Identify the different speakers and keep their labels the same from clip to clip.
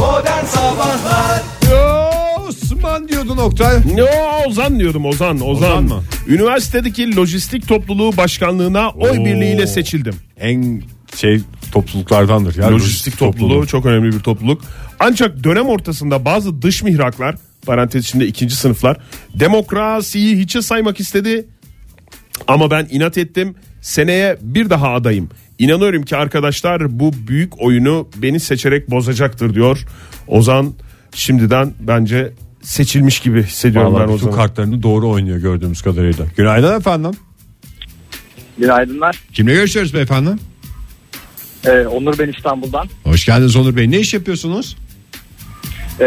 Speaker 1: Modern Sabahlar
Speaker 2: Yo, Osman diyordun Oktay.
Speaker 3: Yo Ozan diyordum Ozan Ozan.
Speaker 2: Ozan mı?
Speaker 3: Üniversitedeki lojistik topluluğu başkanlığına oy
Speaker 2: Oo.
Speaker 3: birliğiyle seçildim.
Speaker 2: En şey topluluklardandır. ya.
Speaker 3: Lojistik, topluluğu, çok önemli bir topluluk. Ancak dönem ortasında bazı dış mihraklar parantez içinde ikinci sınıflar demokrasiyi hiçe saymak istedi. Ama ben inat ettim. Seneye bir daha adayım. İnanıyorum ki arkadaşlar bu büyük oyunu beni seçerek bozacaktır diyor. Ozan şimdiden bence seçilmiş gibi hissediyorum
Speaker 2: Vallahi
Speaker 3: ben
Speaker 2: bütün
Speaker 3: Ozan'ı.
Speaker 2: kartlarını doğru oynuyor gördüğümüz kadarıyla. Günaydın efendim.
Speaker 4: Günaydınlar.
Speaker 2: Kimle görüşüyoruz beyefendi?
Speaker 4: Ee, Onur ben İstanbul'dan.
Speaker 2: Hoş geldiniz Onur Bey. Ne iş yapıyorsunuz?
Speaker 4: Ee,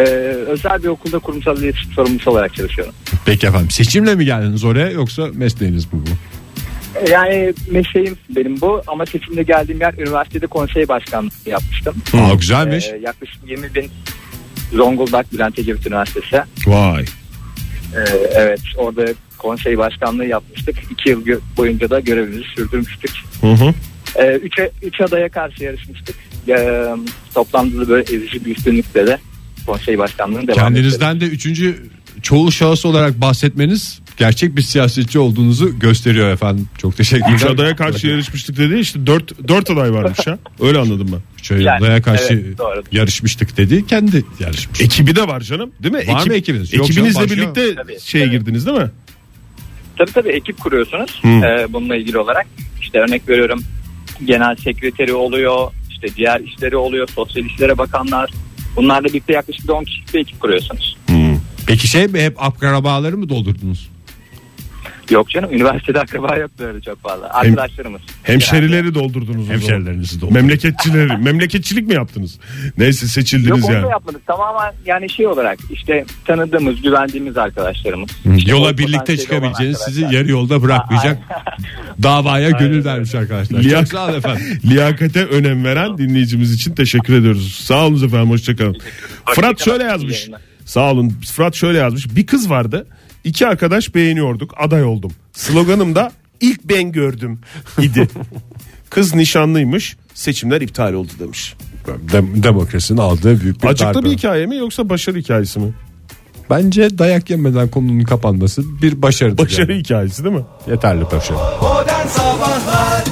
Speaker 4: özel bir okulda kurumsal iletişim sorumlusu olarak çalışıyorum.
Speaker 2: Peki efendim. Seçimle mi geldiniz oraya yoksa mesleğiniz mi bu?
Speaker 4: Ee, Yani mesleğim benim bu ama seçimde geldiğim yer üniversitede konsey başkanlığı yapmıştım.
Speaker 2: Aa, güzelmiş.
Speaker 4: Ee, yaklaşık 20 bin Zonguldak Bülent Ecevit Üniversitesi.
Speaker 2: Vay.
Speaker 4: Ee, evet orada konsey başkanlığı yapmıştık. 2 yıl gö- boyunca da görevimizi sürdürmüştük.
Speaker 3: Hı hı.
Speaker 4: Ee, üç, üç adaya karşı yarışmıştık. Ee, toplamda da böyle ezici bir üstünlükle de konsey başkanlığını devam ettirdik.
Speaker 2: Kendinizden de üçüncü çoğul şahıs olarak bahsetmeniz gerçek bir siyasetçi olduğunuzu gösteriyor efendim. Çok teşekkürler.
Speaker 3: Üç adaya karşı yarışmıştık dedi işte dört, dört aday varmış ya. Öyle anladım ben.
Speaker 2: Üç adaya karşı
Speaker 4: evet, doğru.
Speaker 2: yarışmıştık dedi. Kendi yarışmış.
Speaker 3: Ekibi de var canım değil mi?
Speaker 2: Var mı ekibiniz? Yok
Speaker 3: Ekibinizle
Speaker 2: canım, başka-
Speaker 3: birlikte
Speaker 4: Tabii,
Speaker 3: şeye girdiniz değil mi?
Speaker 4: Tabii tabii ekip kuruyorsunuz
Speaker 3: Hı.
Speaker 4: Ee, bununla ilgili olarak. işte örnek veriyorum genel sekreteri oluyor, işte diğer işleri oluyor, sosyal işlere bakanlar. Bunlarla birlikte yaklaşık 10 kişilik bir ekip kuruyorsunuz.
Speaker 2: Peki şey mi hep akrabaları mı doldurdunuz?
Speaker 4: Yok canım üniversitede akraba yok böyle çok fazla. Arkadaşlarımız.
Speaker 3: Hemşerileri doldurdunuz. o zaman.
Speaker 2: Hemşerilerinizi doldurdunuz.
Speaker 3: Memleketçileri. Memleketçilik mi yaptınız? Neyse
Speaker 4: Yok
Speaker 3: seçildiniz
Speaker 4: onu da
Speaker 3: yani.
Speaker 4: yapmadık. Tamamen yani şey olarak işte tanıdığımız, güvendiğimiz arkadaşlarımız. İşte o
Speaker 2: Yola birlikte
Speaker 4: potansiyeli
Speaker 2: çıkabileceğiniz
Speaker 4: olan
Speaker 2: sizi
Speaker 4: arkadaşlar.
Speaker 2: yarı yolda bırakmayacak davaya gönül vermiş arkadaşlar. Çok
Speaker 3: Liyak-
Speaker 2: sağ olun efendim.
Speaker 3: Liyakate önem veren dinleyicimiz için teşekkür ediyoruz. Sağ olun efendim hoşçakalın. Fırat şöyle yazmış. Sağ olun. Fırat şöyle yazmış. Bir kız vardı. İki arkadaş beğeniyorduk. Aday oldum. Sloganım da ilk ben gördüm idi. Kız nişanlıymış. Seçimler iptal oldu demiş.
Speaker 2: Dem- demokrasinin aldığı büyük bir
Speaker 3: Acıklı
Speaker 2: darbe.
Speaker 3: bir hikaye mi yoksa başarı hikayesi mi?
Speaker 2: Bence dayak yemeden konunun kapanması bir başarıdır.
Speaker 3: Başarı
Speaker 2: yani.
Speaker 3: hikayesi değil mi?
Speaker 2: Yeterli başarı.
Speaker 1: Modern Sabahlar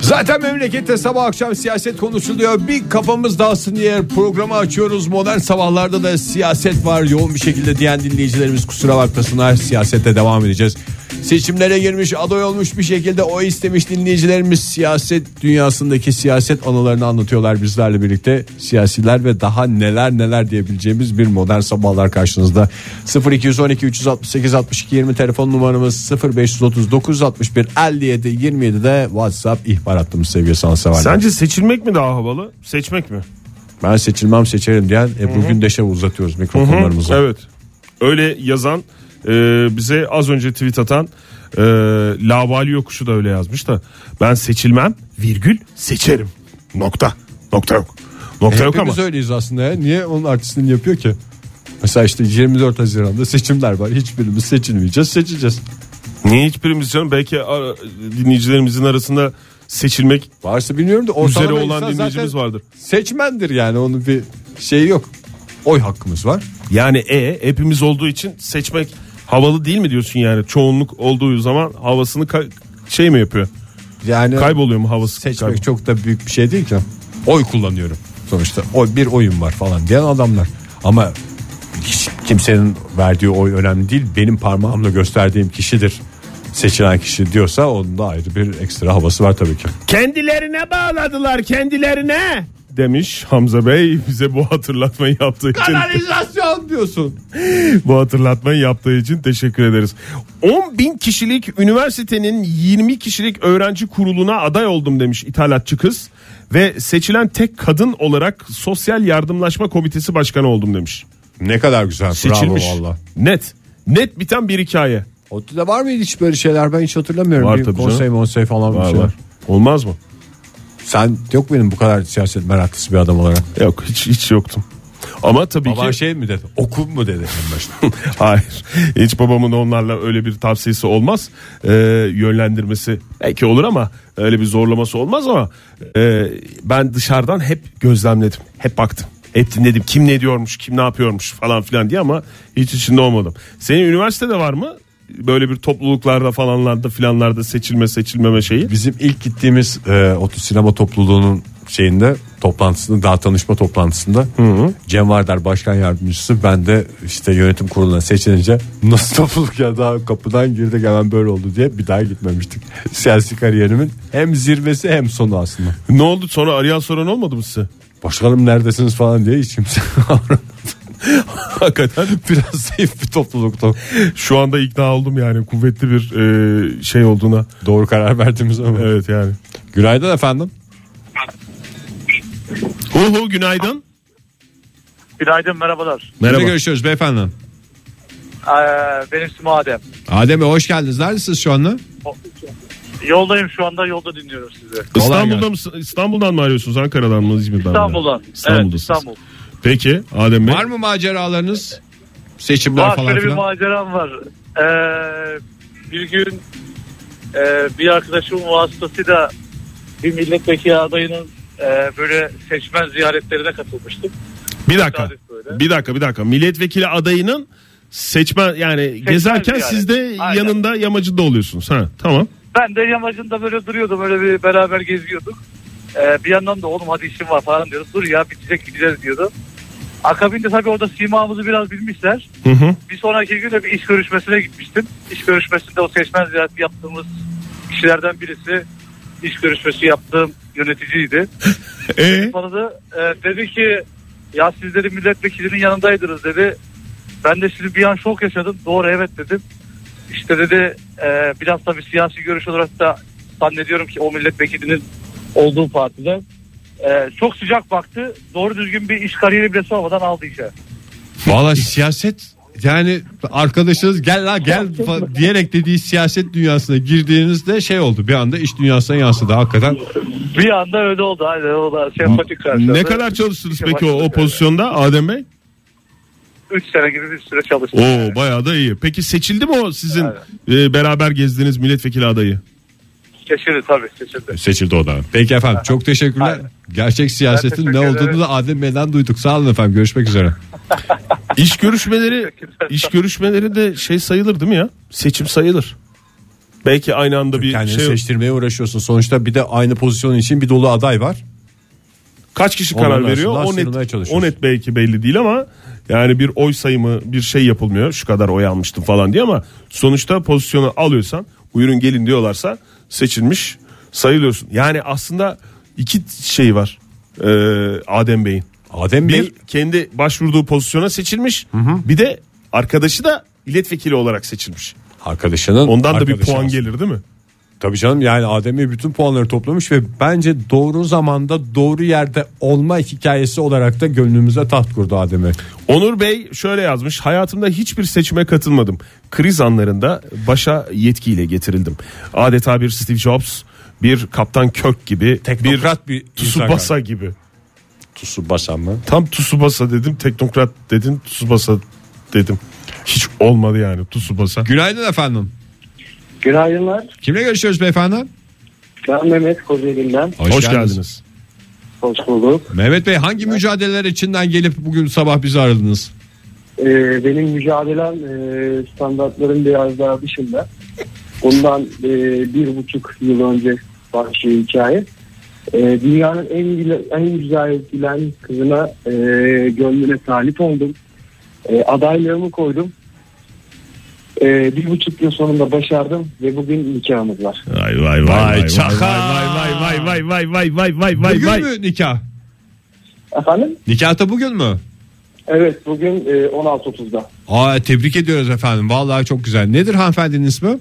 Speaker 2: Zaten memlekette sabah akşam siyaset konuşuluyor. Bir kafamız dağılsın diye programı açıyoruz. Modern sabahlarda da siyaset var yoğun bir şekilde diyen dinleyicilerimiz kusura bakmasınlar. Siyasete devam edeceğiz. Seçimlere girmiş, aday olmuş bir şekilde o istemiş dinleyicilerimiz siyaset dünyasındaki siyaset anılarını anlatıyorlar bizlerle birlikte. Siyasiler ve daha neler neler diyebileceğimiz bir modern sabahlar karşınızda. 0212 368 62 20 telefon numaramız 0539 61 57 27'de WhatsApp ihbar hattımız sevgili sanatseverler.
Speaker 3: Sence seçilmek mi daha havalı? Seçmek mi?
Speaker 2: Ben seçilmem seçerim diyen e, Ebru Gündeş'e uzatıyoruz mikrofonlarımızı.
Speaker 3: Evet. Öyle yazan e, bize az önce tweet atan e, Lavali Yokuşu da öyle yazmış da ben seçilmem virgül seçerim. Nokta. Nokta yok. Nokta yok ama.
Speaker 2: Hepimiz öyleyiz aslında ya. Niye onun artistini yapıyor ki? Mesela işte 24 Haziran'da seçimler var. Hiçbirimiz seçilmeyeceğiz, seçeceğiz.
Speaker 3: Niye hiçbirimiz canım belki ara- dinleyicilerimizin arasında seçilmek
Speaker 2: Varsa bilmiyorum da ortalama
Speaker 3: üzere
Speaker 2: insan
Speaker 3: olan dinleyicimiz
Speaker 2: zaten
Speaker 3: vardır.
Speaker 2: Seçmendir yani onun bir şeyi yok. Oy hakkımız var.
Speaker 3: Yani e hepimiz olduğu için seçmek havalı değil mi diyorsun yani çoğunluk olduğu zaman havasını ka- şey mi yapıyor?
Speaker 2: Yani
Speaker 3: Kayboluyor mu havası?
Speaker 2: seçmek
Speaker 3: Kaybol-
Speaker 2: çok da büyük bir şey değil ki. Oy kullanıyorum. Sonuçta oy bir oyun var falan diyen adamlar. Ama hiç kimsenin verdiği oy önemli değil. Benim parmağımla gösterdiğim kişidir seçilen kişi diyorsa onun da ayrı bir ekstra havası var tabii ki.
Speaker 3: Kendilerine bağladılar kendilerine demiş Hamza Bey bize bu hatırlatmayı yaptığı için
Speaker 2: Kanalizasyon diyorsun.
Speaker 3: bu hatırlatmayı yaptığı için teşekkür ederiz. 10 bin kişilik üniversitenin 20 kişilik öğrenci kuruluna aday oldum demiş ithalatçı kız ve seçilen tek kadın olarak sosyal yardımlaşma komitesi başkanı oldum demiş.
Speaker 2: Ne kadar güzel.
Speaker 3: Seçilmiş.
Speaker 2: Bravo valla.
Speaker 3: Net. Net biten bir hikaye.
Speaker 2: Otlu'da var mıydı hiç böyle şeyler ben hiç hatırlamıyorum.
Speaker 3: Var
Speaker 2: Bir
Speaker 3: tabii
Speaker 2: konsey
Speaker 3: canım.
Speaker 2: monsey falan bir şey.
Speaker 3: Olmaz mı?
Speaker 2: Sen yok benim bu kadar siyaset meraklısı bir adam olarak.
Speaker 3: Yok hiç hiç yoktum. Ama tabii
Speaker 2: Baban
Speaker 3: ki
Speaker 2: şey mi dedi? Okul mu dedi en başta?
Speaker 3: Hayır. Hiç babamın onlarla öyle bir tavsiyesi olmaz. Ee, yönlendirmesi belki olur ama öyle bir zorlaması olmaz ama e, ben dışarıdan hep gözlemledim. Hep baktım. Hep dinledim kim ne diyormuş kim ne yapıyormuş falan filan diye ama hiç içinde olmadım. Senin üniversitede var mı böyle bir topluluklarda falanlarda filanlarda seçilme seçilmeme şeyi?
Speaker 2: Bizim ilk gittiğimiz e, otu sinema topluluğunun şeyinde toplantısında daha tanışma toplantısında Cem Vardar başkan yardımcısı ben de işte yönetim kuruluna seçilince nasıl topluluk ya daha kapıdan girdik hemen böyle oldu diye bir daha gitmemiştik. Siyasi kariyerimin hem zirvesi hem sonu aslında.
Speaker 3: Ne oldu sonra arayan soran olmadı mı size?
Speaker 2: Başkanım neredesiniz falan diye hiç kimse avramadı.
Speaker 3: Hakikaten
Speaker 2: Biraz zayıf bir toplulukta.
Speaker 3: şu anda ikna oldum yani kuvvetli bir e, şey olduğuna.
Speaker 2: Doğru karar verdiğimiz ama.
Speaker 3: Evet yani.
Speaker 2: Günaydın efendim.
Speaker 3: Hu hu günaydın.
Speaker 4: Günaydın merhabalar.
Speaker 2: Kimle
Speaker 3: Merhaba.
Speaker 2: görüşüyoruz beyefendi?
Speaker 4: Ee, benim ismim Adem.
Speaker 2: Adem Bey hoş geldiniz. Neredesiniz şu anda?
Speaker 4: O- Yoldayım şu anda yolda dinliyorum sizi.
Speaker 2: Kolay
Speaker 3: İstanbul'dan, mı- İstanbul'dan mı arıyorsunuz? Ankara'dan mı? İzmir'den mi?
Speaker 4: İstanbul'dan. Evet
Speaker 3: İstanbul'dasınız.
Speaker 4: İstanbul.
Speaker 3: Peki Adem Bey.
Speaker 2: Var mı maceralarınız? Seçimler
Speaker 4: Var
Speaker 2: falan
Speaker 4: şöyle bir
Speaker 2: filan.
Speaker 4: maceram var. Ee, bir gün e, bir arkadaşımın vasıtasıyla bir milletvekili adayının e, böyle seçmen ziyaretlerine katılmıştım.
Speaker 3: Bir dakika.
Speaker 4: Tesadüf böyle.
Speaker 3: Bir dakika bir dakika. Milletvekili adayının seçmen yani gezerken
Speaker 4: yani.
Speaker 3: siz de
Speaker 4: Aynen.
Speaker 3: yanında yamacında oluyorsunuz. Ha tamam.
Speaker 4: Ben de yamacında böyle duruyordum öyle bir beraber geziyorduk. Ee, bir yandan da oğlum hadi işim var falan diyoruz. Dur ya bitecek gideceğiz diyordu. Akabinde tabii orada simamızı biraz bilmişler.
Speaker 3: Hı hı.
Speaker 4: Bir sonraki gün de bir iş görüşmesine gitmiştim. İş görüşmesinde o seçmen ziyareti yaptığımız kişilerden birisi iş görüşmesi yaptığım yöneticiydi.
Speaker 3: E
Speaker 4: Bana da e, dedi ki ya siz dedi milletvekilinin yanındaydınız dedi. Ben de şimdi bir an şok yaşadım. Doğru evet dedim. İşte dedi e, biraz tabii siyasi görüş olarak da zannediyorum ki o milletvekilinin olduğu partiden. E, çok sıcak baktı. Doğru düzgün bir iş kariyeri bile sormadan aldı işe.
Speaker 2: Valla siyaset yani arkadaşınız gel la gel fa- diyerek dediği siyaset dünyasına girdiğinizde şey oldu bir anda iş dünyasına yansıdı hakikaten.
Speaker 4: Bir anda öyle oldu. Aynen o da sempatik karşıladı.
Speaker 3: ne kadar çalıştınız
Speaker 4: İşe
Speaker 3: peki o, o
Speaker 4: başladık
Speaker 3: pozisyonda Adem Bey?
Speaker 4: 3 sene gibi bir süre çalıştım.
Speaker 3: Oo bayağı da iyi. Peki seçildi mi o sizin e, beraber gezdiğiniz milletvekili adayı?
Speaker 4: Seçildi tabii seçildi.
Speaker 3: Seçildi o da.
Speaker 2: Peki efendim çok teşekkürler.
Speaker 4: Aynen.
Speaker 2: Gerçek siyasetin ne
Speaker 4: Ben teşekkür
Speaker 2: olduğunu
Speaker 4: ederim.
Speaker 2: da Adem Bey'den duyduk. Sağ olun efendim görüşmek üzere.
Speaker 3: İş görüşmeleri iş görüşmeleri de şey sayılır değil mi ya? Seçim sayılır. Belki aynı anda bir
Speaker 2: Kendini
Speaker 3: şey
Speaker 2: seçtirmeye uğraşıyorsun sonuçta bir de aynı pozisyon için bir dolu aday var.
Speaker 3: kaç kişi
Speaker 2: Ondan
Speaker 3: karar
Speaker 2: sonra
Speaker 3: veriyor? O
Speaker 2: sınırlamaya
Speaker 3: net,
Speaker 2: çalışıyorsun.
Speaker 3: o net belki belli değil ama yani bir oy sayımı bir şey yapılmıyor. Şu kadar oy almıştım falan diye ama sonuçta pozisyonu alıyorsan buyurun gelin diyorlarsa seçilmiş sayılıyorsun. Yani aslında iki şey var ee, Adem Bey'in.
Speaker 2: Adem Bey
Speaker 3: Bir kendi başvurduğu pozisyona seçilmiş bir de arkadaşı da milletvekili olarak seçilmiş.
Speaker 2: arkadaşının
Speaker 3: Ondan da bir
Speaker 2: arkadaşı
Speaker 3: puan
Speaker 2: aslında.
Speaker 3: gelir değil mi?
Speaker 2: Tabii canım yani Adem Bey bütün puanları toplamış ve bence doğru zamanda doğru yerde olma hikayesi olarak da gönlümüze taht kurdu Adem Bey.
Speaker 3: Onur Bey şöyle yazmış. Hayatımda hiçbir seçime katılmadım. Kriz anlarında başa yetkiyle getirildim. Adeta bir Steve Jobs, bir Kaptan Kirk gibi,
Speaker 2: Teknokrat bir
Speaker 3: Tsubasa gibi.
Speaker 2: Tusu basan mı?
Speaker 3: Tam Tsubasa dedim, teknokrat dedim, Tsubasa dedim. Hiç olmadı yani Tsubasa.
Speaker 2: Günaydın efendim.
Speaker 5: Günaydınlar.
Speaker 2: Kimle görüşüyoruz beyefendi?
Speaker 5: Ben Mehmet Kocaeli'nden.
Speaker 3: Hoş, geldiniz.
Speaker 5: Hoş bulduk.
Speaker 2: Mehmet Bey hangi mücadeleler içinden gelip bugün sabah bizi aradınız?
Speaker 5: Ee, benim mücadelem e, standartların biraz daha dışında. Bundan e, bir buçuk yıl önce başlıyor hikaye. E, dünyanın en, güle- en güzel edilen kızına e, gönlüne talip oldum. E, adaylığımı koydum. E, bir buçuk yıl sonunda başardım ve bugün nikahımız var.
Speaker 3: Vay vay vay vay vay
Speaker 2: çaka.
Speaker 3: vay vay vay vay vay vay vay vay
Speaker 2: Bugün
Speaker 3: vay.
Speaker 2: mü nikah?
Speaker 5: Efendim?
Speaker 2: Nikahta bugün mü?
Speaker 5: Evet bugün e, 16.30'da.
Speaker 2: Aa tebrik ediyoruz efendim. Vallahi çok güzel. Nedir hanımefendinin ismi?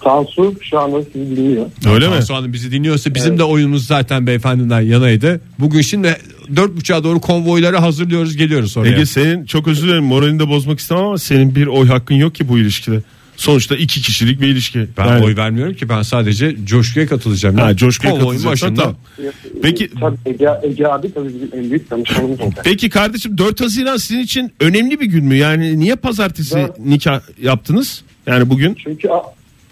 Speaker 5: Tansu şu anda sizi dinliyor.
Speaker 3: Öyle mi?
Speaker 2: Tansu Hanım bizi dinliyorsa bizim de oyunumuz zaten beyefendiden yanaydı. Bugün şimdi dört buçuğa doğru konvoyları hazırlıyoruz geliyoruz oraya.
Speaker 3: Ege senin çok özür dilerim moralini de bozmak istemem ama senin bir oy hakkın yok ki bu ilişkide. Sonuçta iki kişilik bir ilişki.
Speaker 2: Ben
Speaker 3: Yani-
Speaker 2: oy vermiyorum ki ben sadece coşkuya katılacağım.
Speaker 3: Ha,
Speaker 2: Yani
Speaker 3: coşkuya
Speaker 2: konvoyun
Speaker 3: katılacaksın,
Speaker 2: başında.
Speaker 3: tamam. Peki-
Speaker 5: E, Tabii Ege, Ege abi tabii bizim en büyük danışmanımız olacak.
Speaker 3: Peki kardeşim 4 Haziran sizin için önemli bir gün mü? Yani niye pazartesi
Speaker 5: Dört.
Speaker 3: nikah yaptınız? Yani bugün
Speaker 5: Çünkü A-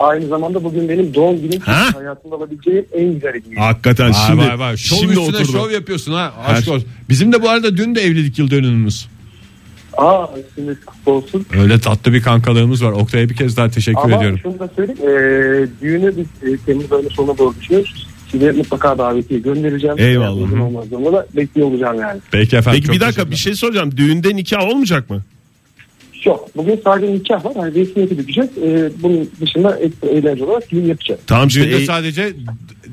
Speaker 5: Aynı zamanda bugün benim doğum günüm
Speaker 6: Ha?
Speaker 5: hayatımda alabileceğim en güzel hediye.
Speaker 6: Hakikaten
Speaker 2: Vay
Speaker 6: şimdi
Speaker 2: vay vay. Şov
Speaker 6: şimdi
Speaker 2: üstüne
Speaker 6: oturdu.
Speaker 2: şov yapıyorsun ha. Aşk
Speaker 3: şey-
Speaker 6: Her-
Speaker 2: olsun. Bizim de bu arada dün de evlilik yıl dönümümüz.
Speaker 5: Aa üstünüz kutlu olsun.
Speaker 2: Öyle tatlı bir kankalarımız var. Oktay'a bir kez daha teşekkür
Speaker 5: Ama
Speaker 2: ediyorum.
Speaker 5: şunu da söyleyeyim. E, düğünü biz e, Temmuz ayının sonuna doğru düşünüyoruz. Size mutlaka davetiye göndereceğim.
Speaker 6: Eyvallah.
Speaker 5: Yani Uygun olmaz ama da bekliyor olacağım yani.
Speaker 2: Peki efendim.
Speaker 3: Peki
Speaker 2: çok
Speaker 3: bir dakika
Speaker 2: teşekkürler.
Speaker 3: bir şey soracağım. Düğünde nikah olmayacak mı?
Speaker 5: Yok. Bugün sadece nikah var. Yani resmiyeti bitecek. E, bunun dışında ekstra eğlence olarak düğün yapacağız.
Speaker 3: Tamam şimdi
Speaker 2: Düğünde
Speaker 3: e-
Speaker 2: sadece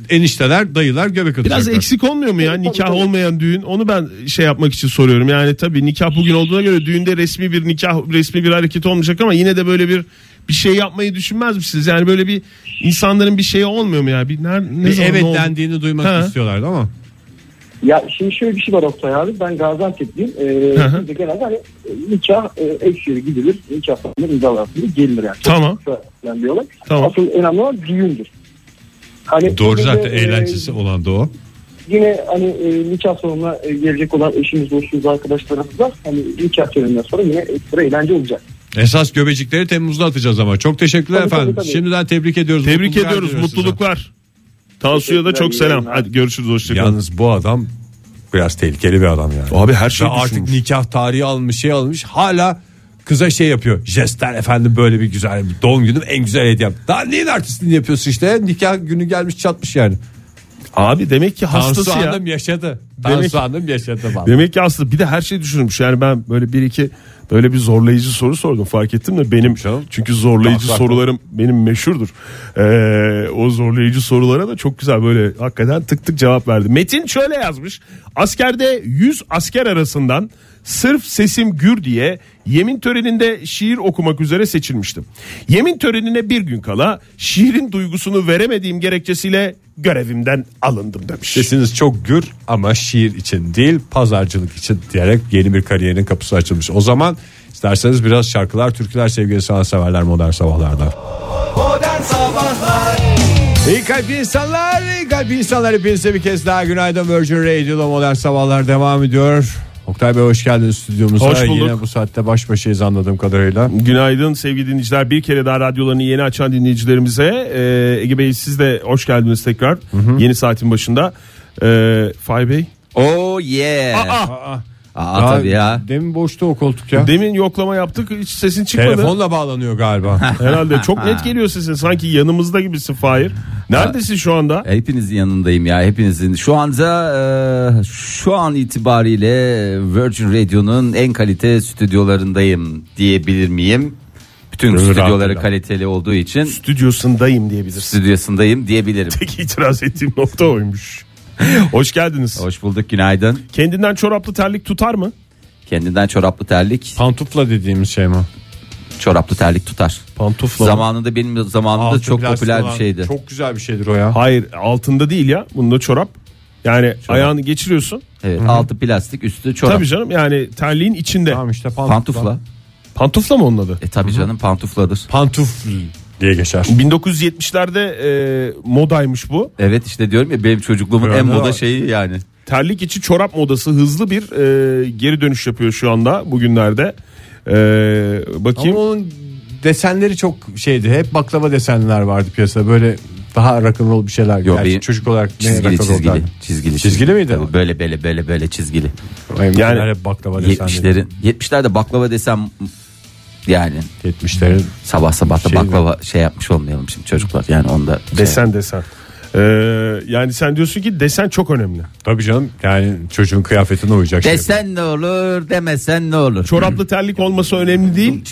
Speaker 2: enişteler, dayılar göbek atacaklar.
Speaker 3: biraz eksik olmuyor mu ya nikah
Speaker 5: tabii.
Speaker 3: olmayan düğün? Onu ben şey yapmak için soruyorum. Yani tabii nikah bugün olduğuna göre düğünde resmi bir nikah, resmi bir hareket olmayacak ama yine de böyle bir bir şey yapmayı düşünmez misiniz? Yani böyle bir insanların bir şeyi olmuyor mu ya? Bir ner, ne
Speaker 2: Bir
Speaker 3: zaman
Speaker 2: evet
Speaker 3: ne oldu?
Speaker 2: dendiğini duymak
Speaker 3: Ha.
Speaker 2: istiyorlardı ama.
Speaker 5: Ya şimdi şöyle bir şey var Oktay abi. Ben Gaziantep'liyim. Ee,
Speaker 3: hı.
Speaker 5: biz de genelde hani e, nikah e, ekşileri gidilir. Nikah falan imzalansın diye gelinir yani. Çok
Speaker 3: Tamam.
Speaker 5: kısa yani bir olay.
Speaker 3: Tamam.
Speaker 5: Asıl en önemli olan düğündür. Hani
Speaker 2: Doğru
Speaker 5: bizim de,
Speaker 2: zaten
Speaker 5: e,
Speaker 2: eğlencesi olan da o.
Speaker 5: Yine hani e, nikah sonuna e, gelecek olan eşimiz, dostumuz, arkadaşlarımız var. Hani nikah töreninden sonra yine ekstra eğlence olacak.
Speaker 2: Esas göbecikleri Temmuz'da atacağız ama. Çok teşekkürler
Speaker 5: Tabii,
Speaker 2: efendim.
Speaker 5: tabii, tabii.
Speaker 2: Şimdiden tebrik ediyoruz.
Speaker 3: Tebrik
Speaker 2: Mutluluklar
Speaker 3: ediyoruz.
Speaker 2: diliyoruz size.
Speaker 3: Mutluluklar. Tansu'ya da çok selam. Hadi görüşürüz. Hoşçakalın.
Speaker 2: Yalnız bu adam biraz tehlikeli bir adam yani.
Speaker 3: Abi her
Speaker 2: Ve artık nikah tarihi almış şey almış hala kıza şey yapıyor. Jestler efendim böyle bir güzel bir doğum günüm en güzel hediyem. Daha neyin artistliğini yapıyorsun işte nikah günü gelmiş çatmış yani.
Speaker 3: Abi demek ki hastası
Speaker 2: Tansu
Speaker 3: ya.
Speaker 2: Hanım yaşadı.
Speaker 3: Demek-
Speaker 2: Tansu Hanım yaşadı vallahi.
Speaker 3: Demek ki aslında bir de her şey düşünülmüş. Yani ben böyle bir iki böyle bir zorlayıcı soru sordum fark ettim de benim çünkü zorlayıcı
Speaker 2: Tak, tak,
Speaker 3: sorularım benim meşhurdur. Ee, o zorlayıcı sorulara da çok güzel böyle hakikaten tık tık cevap verdi. Metin şöyle yazmış. Askerde 100 asker arasından sırf sesim gür diye yemin töreninde şiir okumak üzere seçilmiştim. Yemin törenine bir gün kala şiirin duygusunu veremediğim gerekçesiyle görevimden alındım demiş.
Speaker 2: Sesiniz çok gür ama şiir için değil pazarcılık için diyerek yeni bir kariyerin kapısı açılmış. O zaman isterseniz biraz şarkılar, türküler sevgili sanatseverler modern sabahlarda.
Speaker 1: Modern Sabahlar
Speaker 2: İyi kalp insanlar, iyi kalp insanlar hepinize bir kez daha günaydın Virgin Radio'da modern sabahlar devam ediyor. Oktay Bey hoş geldiniz stüdyomuza.
Speaker 3: Hoş bulduk.
Speaker 2: Yine bu saatte baş başayız anladığım kadarıyla.
Speaker 3: Günaydın sevgili dinleyiciler. Bir kere daha radyolarını yeni açan dinleyicilerimize e, Ege Bey siz de hoş geldiniz tekrar. Yeni saatin başında. E, Fahir Bey.
Speaker 6: Oh yeah.
Speaker 2: Aa,
Speaker 6: Aa, tabii ya.
Speaker 2: Demin boştu o koltuk ya.
Speaker 3: Demin yoklama yaptık hiç sesin çıkmadı.
Speaker 2: Telefonla bağlanıyor galiba.
Speaker 3: Herhalde çok net geliyor sesin. Sanki yanımızda gibisin Fahir. Neredesin şu anda?
Speaker 1: E,
Speaker 6: Hepinizin yanındayım ya hepinizin. Şu anda e, şu an itibariyle Virgin Radio'nun en kalite stüdyolarındayım diyebilir miyim? Bütün stüdyoları
Speaker 2: rahatla.
Speaker 6: kaliteli olduğu için
Speaker 3: Stüdyosundayım diyebilirsin.
Speaker 6: stüdyosundayım diyebilirim.
Speaker 3: Tek itiraz ettiğim nokta oymuş. Hoş geldiniz.
Speaker 6: Hoş bulduk günaydın.
Speaker 3: Kendinden çoraplı terlik tutar mı?
Speaker 6: Kendinden çoraplı terlik,
Speaker 2: Pantufla dediğimiz şey mi?
Speaker 6: çoraplı terlik tutar.
Speaker 3: Pantufla.
Speaker 6: Zamanında benim zamanımda
Speaker 2: Altı
Speaker 6: çok
Speaker 2: plastik
Speaker 6: popüler bir
Speaker 2: olan
Speaker 6: şeydi.
Speaker 2: Çok güzel bir şeydir o ya.
Speaker 3: Hayır altında değil ya. Bunda çorap. Yani ayağını geçiriyorsun.
Speaker 6: Evet, altı plastik, üstü çorap.
Speaker 3: Tabii canım yani terliğin içinde.
Speaker 2: Tamam işte pantufla.
Speaker 6: Pantufla.
Speaker 3: Pantufla mı onun adı?
Speaker 6: E tabii canım pantufladır.
Speaker 2: Pantufl diye geçer.
Speaker 3: 1970'lerde e, modaymış bu.
Speaker 6: Evet işte diyorum ya benim çocukluğumun en
Speaker 2: Yani
Speaker 6: moda
Speaker 2: o-
Speaker 6: şeyi yani.
Speaker 3: Terlik içi çorap modası hızlı bir e, geri dönüş yapıyor şu anda bugünlerde. E, bakayım.
Speaker 2: Ama onun desenleri çok şeydi. Hep baklava desenler vardı piyasada. Böyle daha rock'n'roll bir şeyler.
Speaker 6: Yok,
Speaker 2: Gerçi
Speaker 6: bir
Speaker 2: çocuk olarak ne
Speaker 6: Çizgili
Speaker 2: rock'n'roll
Speaker 6: çizgili,
Speaker 2: derdi?
Speaker 6: çizgili.
Speaker 2: Çizgili miydi?
Speaker 6: Tabii böyle böyle böyle böyle çizgili.
Speaker 2: Yani,
Speaker 3: Yani
Speaker 2: hep baklava desenleri.
Speaker 6: 70'lerin 70'lerde baklava desem yani
Speaker 2: 70'lerin.
Speaker 6: sabah sabah da
Speaker 2: Şey mi?
Speaker 6: baklava şey yapmış olmayalım şimdi çocuklar yani onda şey-
Speaker 3: Desen desen. E, yani sen diyorsun ki desen çok önemli.
Speaker 2: Tabii canım yani çocuğun kıyafetine uyacak şey.
Speaker 6: Desen ne olur demesen ne olur.
Speaker 3: Çoraplı terlik olması önemli değil.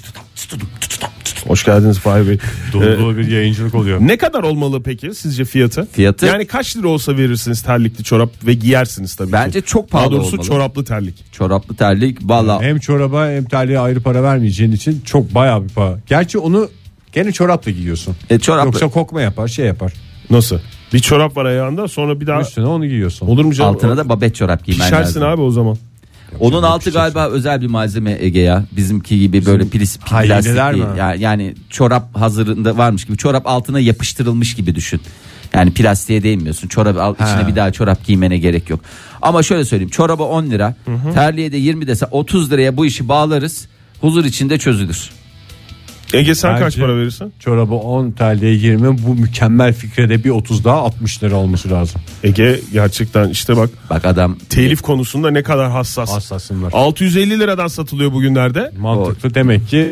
Speaker 3: Hoş geldiniz Fahir Bey. Ee,
Speaker 2: Dolu dolu bir yayıncılık oluyor.
Speaker 3: Ne kadar olmalı peki sizce fiyatı?
Speaker 6: Fiyatı-
Speaker 3: Yani kaç lira olsa verirsiniz terlikli çorap ve giyersiniz tabii
Speaker 6: Bence
Speaker 3: ki.
Speaker 6: çok
Speaker 3: Daha
Speaker 6: pahalı
Speaker 3: doğrusu
Speaker 6: olmalı.
Speaker 3: çoraplı terlik.
Speaker 6: Çoraplı terlik valla
Speaker 2: Hem çoraba hem terliğe ayrı para vermeyeceğin için çok bayağı bir para. Gerçi onu gene çorapla giyiyorsun.
Speaker 6: E, çorapla.
Speaker 2: Yoksa kokma yapar şey yapar.
Speaker 3: Nasıl? Bir çorap var ayağında sonra bir daha
Speaker 2: Üstüne onu giyiyorsun.
Speaker 3: olur mu canım?
Speaker 6: altına da babet çorap giymen
Speaker 3: Pişersin
Speaker 6: lazım.
Speaker 3: abi o zaman.
Speaker 6: Onun altı galiba özel bir malzeme Ege ya. Bizimki gibi böyle plis,
Speaker 2: Hayaleler
Speaker 6: plastik değil.
Speaker 2: mi?
Speaker 6: Yani, yani çorap hazırında varmış gibi. Çorap altına yapıştırılmış gibi düşün. Yani plastiğe değmiyorsun. Çorap al, içine bir daha çorap giymene gerek yok. Ama şöyle söyleyeyim. Çoraba 10 lira, terliğe de 20 dese 30 liraya bu işi bağlarız. Huzur içinde çözülür.
Speaker 3: Ege sen kaç
Speaker 2: Bence-
Speaker 3: para verirsin?
Speaker 2: Çorabı 10 TL'ye 20 bu mükemmel fikre de bir 30 daha 60 lira olması lazım.
Speaker 3: Ege gerçekten işte bak
Speaker 6: Bak adam
Speaker 3: telif konusunda ne kadar hassas.
Speaker 2: Hassasınlar.
Speaker 3: 650 liradan satılıyor bugünlerde.
Speaker 2: Mantıklı demek ki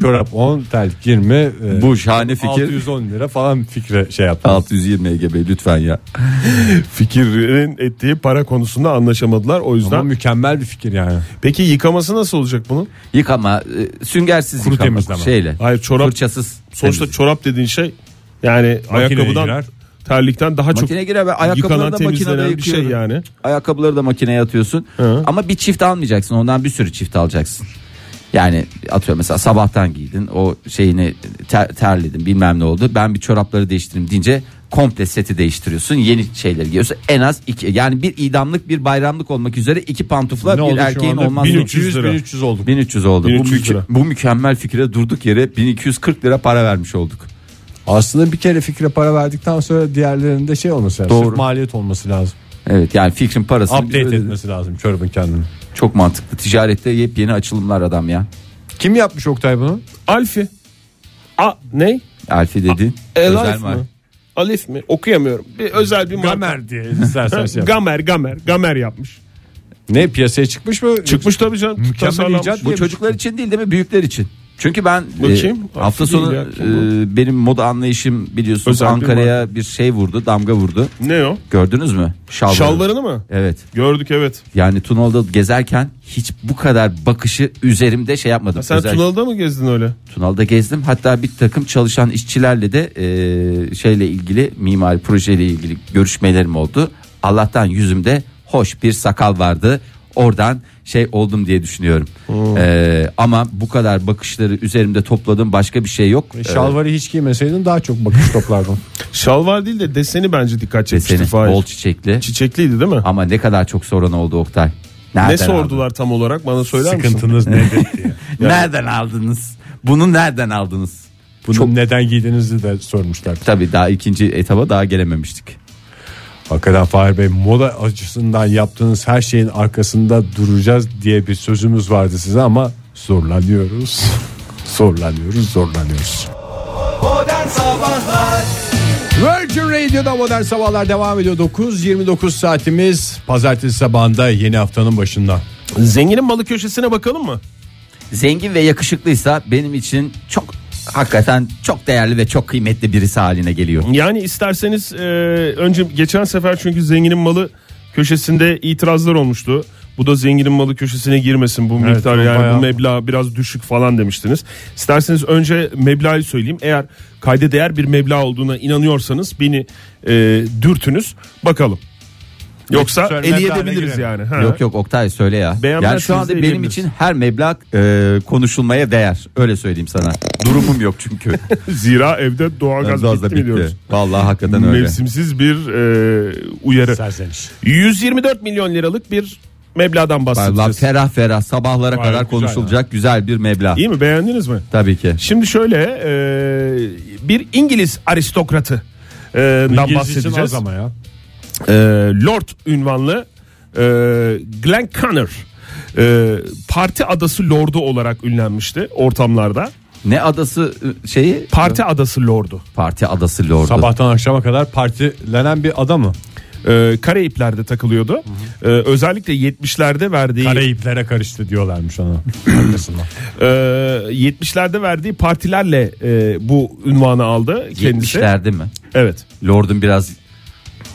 Speaker 2: çorap 10 tel 20 e,
Speaker 6: bu şahane fikir.
Speaker 2: 610 lira falan fikre şey yaptı.
Speaker 6: 620 EGB lütfen ya.
Speaker 3: Fikirin ettiği para konusunda anlaşamadılar o yüzden.
Speaker 2: Ama mükemmel bir fikir yani.
Speaker 3: Peki yıkaması nasıl olacak bunun?
Speaker 6: Yıkama e, süngersiz
Speaker 2: Kuru
Speaker 6: yıkama
Speaker 2: temizleme.
Speaker 6: şeyle.
Speaker 3: Hayır çorap
Speaker 6: Fırçasız.
Speaker 3: sonuçta
Speaker 6: temizlik.
Speaker 3: çorap dediğin şey yani ayakkabıdan
Speaker 2: girer.
Speaker 3: terlikten daha çok
Speaker 6: Makine girer ve ayakkabıları
Speaker 3: yıkanan
Speaker 6: da makinede
Speaker 3: temizlenen bir şey
Speaker 6: yıkıyorum.
Speaker 3: yani.
Speaker 6: Ayakkabıları da makineye atıyorsun.
Speaker 3: Hı.
Speaker 6: Ama bir çift almayacaksın. Ondan bir sürü çift alacaksın. Yani atıyorum mesela sabahtan giydin. O şeyini ter, terledin bilmem ne oldu. Ben bir çorapları değiştireyim deyince komple seti değiştiriyorsun. Yeni şeyleri giyiyorsun. En az iki yani bir idamlık bir bayramlık olmak üzere iki pantufla
Speaker 2: Ne oldu
Speaker 6: bir
Speaker 2: şu
Speaker 6: erkeğin
Speaker 2: anda?
Speaker 6: olmaz.
Speaker 2: 1300
Speaker 3: lira.
Speaker 2: 1300 olduk.
Speaker 6: 1300 oldu.
Speaker 3: 1300
Speaker 6: bu, müke-
Speaker 3: lira.
Speaker 6: bu mükemmel fikre durduk yere 1240 lira para vermiş olduk.
Speaker 2: Aslında bir kere fikre para verdikten sonra diğerlerinde şey olması lazım.
Speaker 6: Doğru.
Speaker 2: Sırf maliyet olması lazım.
Speaker 6: Evet yani fikrin parasını
Speaker 2: Update etmesi lazım çorabın kendini.
Speaker 6: çok mantıklı. Ticarette yepyeni açılımlar adam ya.
Speaker 2: Kim yapmış Oktay bunu?
Speaker 3: Alfi. A ne?
Speaker 6: Alfi dedi.
Speaker 3: Elif
Speaker 6: marka.
Speaker 3: mi? Alif mi? Okuyamıyorum. Bir özel bir marka.
Speaker 2: Gamer diye istersen şey yap.
Speaker 3: Gamer, Gamer, Gamer yapmış.
Speaker 2: Ne piyasaya çıkmış mı?
Speaker 3: Çıkmış tabii canım.
Speaker 2: Mükemmel
Speaker 3: Tasarlanmış.
Speaker 2: icat.
Speaker 6: Bu çocuklar için değil değil mi? Büyükler için. Çünkü ben
Speaker 3: Bu
Speaker 6: e,
Speaker 3: kim?
Speaker 6: hafta
Speaker 3: Alfi değil
Speaker 6: sonu
Speaker 3: ya, kim
Speaker 6: e, benim moda anlayışım biliyorsunuz
Speaker 3: Özel bir
Speaker 6: Ankara'ya bir şey vurdu, damga vurdu.
Speaker 3: Ne o?
Speaker 6: Gördünüz mü? Şalvarı.
Speaker 3: Şalvarını mı?
Speaker 6: Evet.
Speaker 3: Gördük evet.
Speaker 6: Yani Tunalı'da gezerken hiç bu kadar bakışı üzerimde şey yapmadım.
Speaker 3: Sen
Speaker 6: Özel-
Speaker 3: Tunalı'da mı gezdin öyle?
Speaker 6: Tunal'da gezdim. Hatta bir takım çalışan işçilerle de e, şeyle ilgili mimari projeyle ilgili görüşmelerim oldu. Allah'tan yüzümde hoş bir sakal vardı. Oradan şey oldum diye düşünüyorum. E, ama bu kadar bakışları üzerimde topladım. Başka bir şey yok.
Speaker 2: E, Şalvarı hiç giymeseydin daha çok bakış toplardın.
Speaker 3: Şalvar değil de deseni bence dikkat
Speaker 6: E,
Speaker 3: çekmişti.
Speaker 6: deseni,
Speaker 3: Fahir.
Speaker 6: bol çiçekli.
Speaker 3: Çiçekliydi değil mi?
Speaker 6: Ama ne kadar çok sorun oldu Oktay. Nereden
Speaker 3: ne sordular tam olarak bana söyler misin?
Speaker 2: Sıkıntınız nedir diye.
Speaker 6: aldın? Nereden aldınız? Bunu nereden aldınız?
Speaker 2: Bunun neden giydiğinizi de sormuşlar.
Speaker 6: Tabii daha ikinci etaba daha gelememiştik.
Speaker 2: Hakikaten Fahir Bey moda açısından yaptığınız her şeyin arkasında duracağız diye bir sözümüz vardı size ama zorlanıyoruz. zorlanıyoruz, zorlanıyoruz.
Speaker 1: Modern Sabahlar
Speaker 2: Virgin Radio'da modern sabahlar devam ediyor. 9.29 saatimiz pazartesi sabahında yeni haftanın başında.
Speaker 3: Zenginin balı köşesine bakalım mı?
Speaker 6: zengin ve yakışıklıysa benim için çok hakikaten çok değerli ve çok kıymetli birisi haline geliyor.
Speaker 3: Yani isterseniz e, önce geçen sefer çünkü zenginin malı köşesinde itirazlar olmuştu. Bu da zenginin malı köşesine girmesin bu
Speaker 2: Evet,
Speaker 3: miktar
Speaker 2: bu
Speaker 3: yani
Speaker 2: bayağı-
Speaker 3: bu meblağ biraz düşük falan demiştiniz. İsterseniz önce meblağı söyleyeyim. Eğer kayda değer bir meblağ olduğuna inanıyorsanız beni e, dürtünüz bakalım. Yoksa
Speaker 2: Söylemez hale
Speaker 3: eleyebiliriz
Speaker 2: girelim.
Speaker 3: yani. Ha.
Speaker 6: Yok yok Oktay söyle ya.
Speaker 3: Beğenmezseniz
Speaker 6: yani şu anda
Speaker 3: de
Speaker 6: benim
Speaker 3: eleyebiliriz.
Speaker 6: için her meblağ e, konuşulmaya değer. Öyle söyleyeyim sana. Durumum yok çünkü.
Speaker 3: Zira evde doğalgaz
Speaker 6: Az da
Speaker 3: bitti mi diyoruz.
Speaker 6: Vallahi hakikaten öyle.
Speaker 3: Mevsimsiz bir e, uyarı.
Speaker 2: Serseniş.
Speaker 3: 124 milyon liralık bir meblağdan
Speaker 6: Vallahi
Speaker 3: bahsedeceğiz.
Speaker 6: ferah ferah sabahlara
Speaker 3: Vay,
Speaker 6: kadar
Speaker 3: güzel
Speaker 6: konuşulacak güzel bir meblağ.
Speaker 3: İyi mi beğendiniz mi?
Speaker 6: Tabii ki.
Speaker 3: Şimdi şöyle e, bir İngiliz aristokratı e, dan bahsedeceğiz.
Speaker 2: ama ya.
Speaker 3: E, Lord ünvanlı e, Glenn Connor e, parti adası lordu olarak ünlenmişti ortamlarda.
Speaker 6: Ne adası e, şeyi?
Speaker 3: Parti adası lordu.
Speaker 6: Parti adası lordu.
Speaker 2: Sabahtan akşama kadar partilenen bir adam mı?
Speaker 3: E, Karayipler'de takılıyordu. E, özellikle 70'lerde verdiği
Speaker 2: Karayiplere karıştı diyorlarmış ona. arkasından.
Speaker 3: e, 70'lerde verdiği partilerle e, bu ünvanı aldı kendisi.
Speaker 6: 70'lerde mi?
Speaker 3: Evet.
Speaker 6: Lordun biraz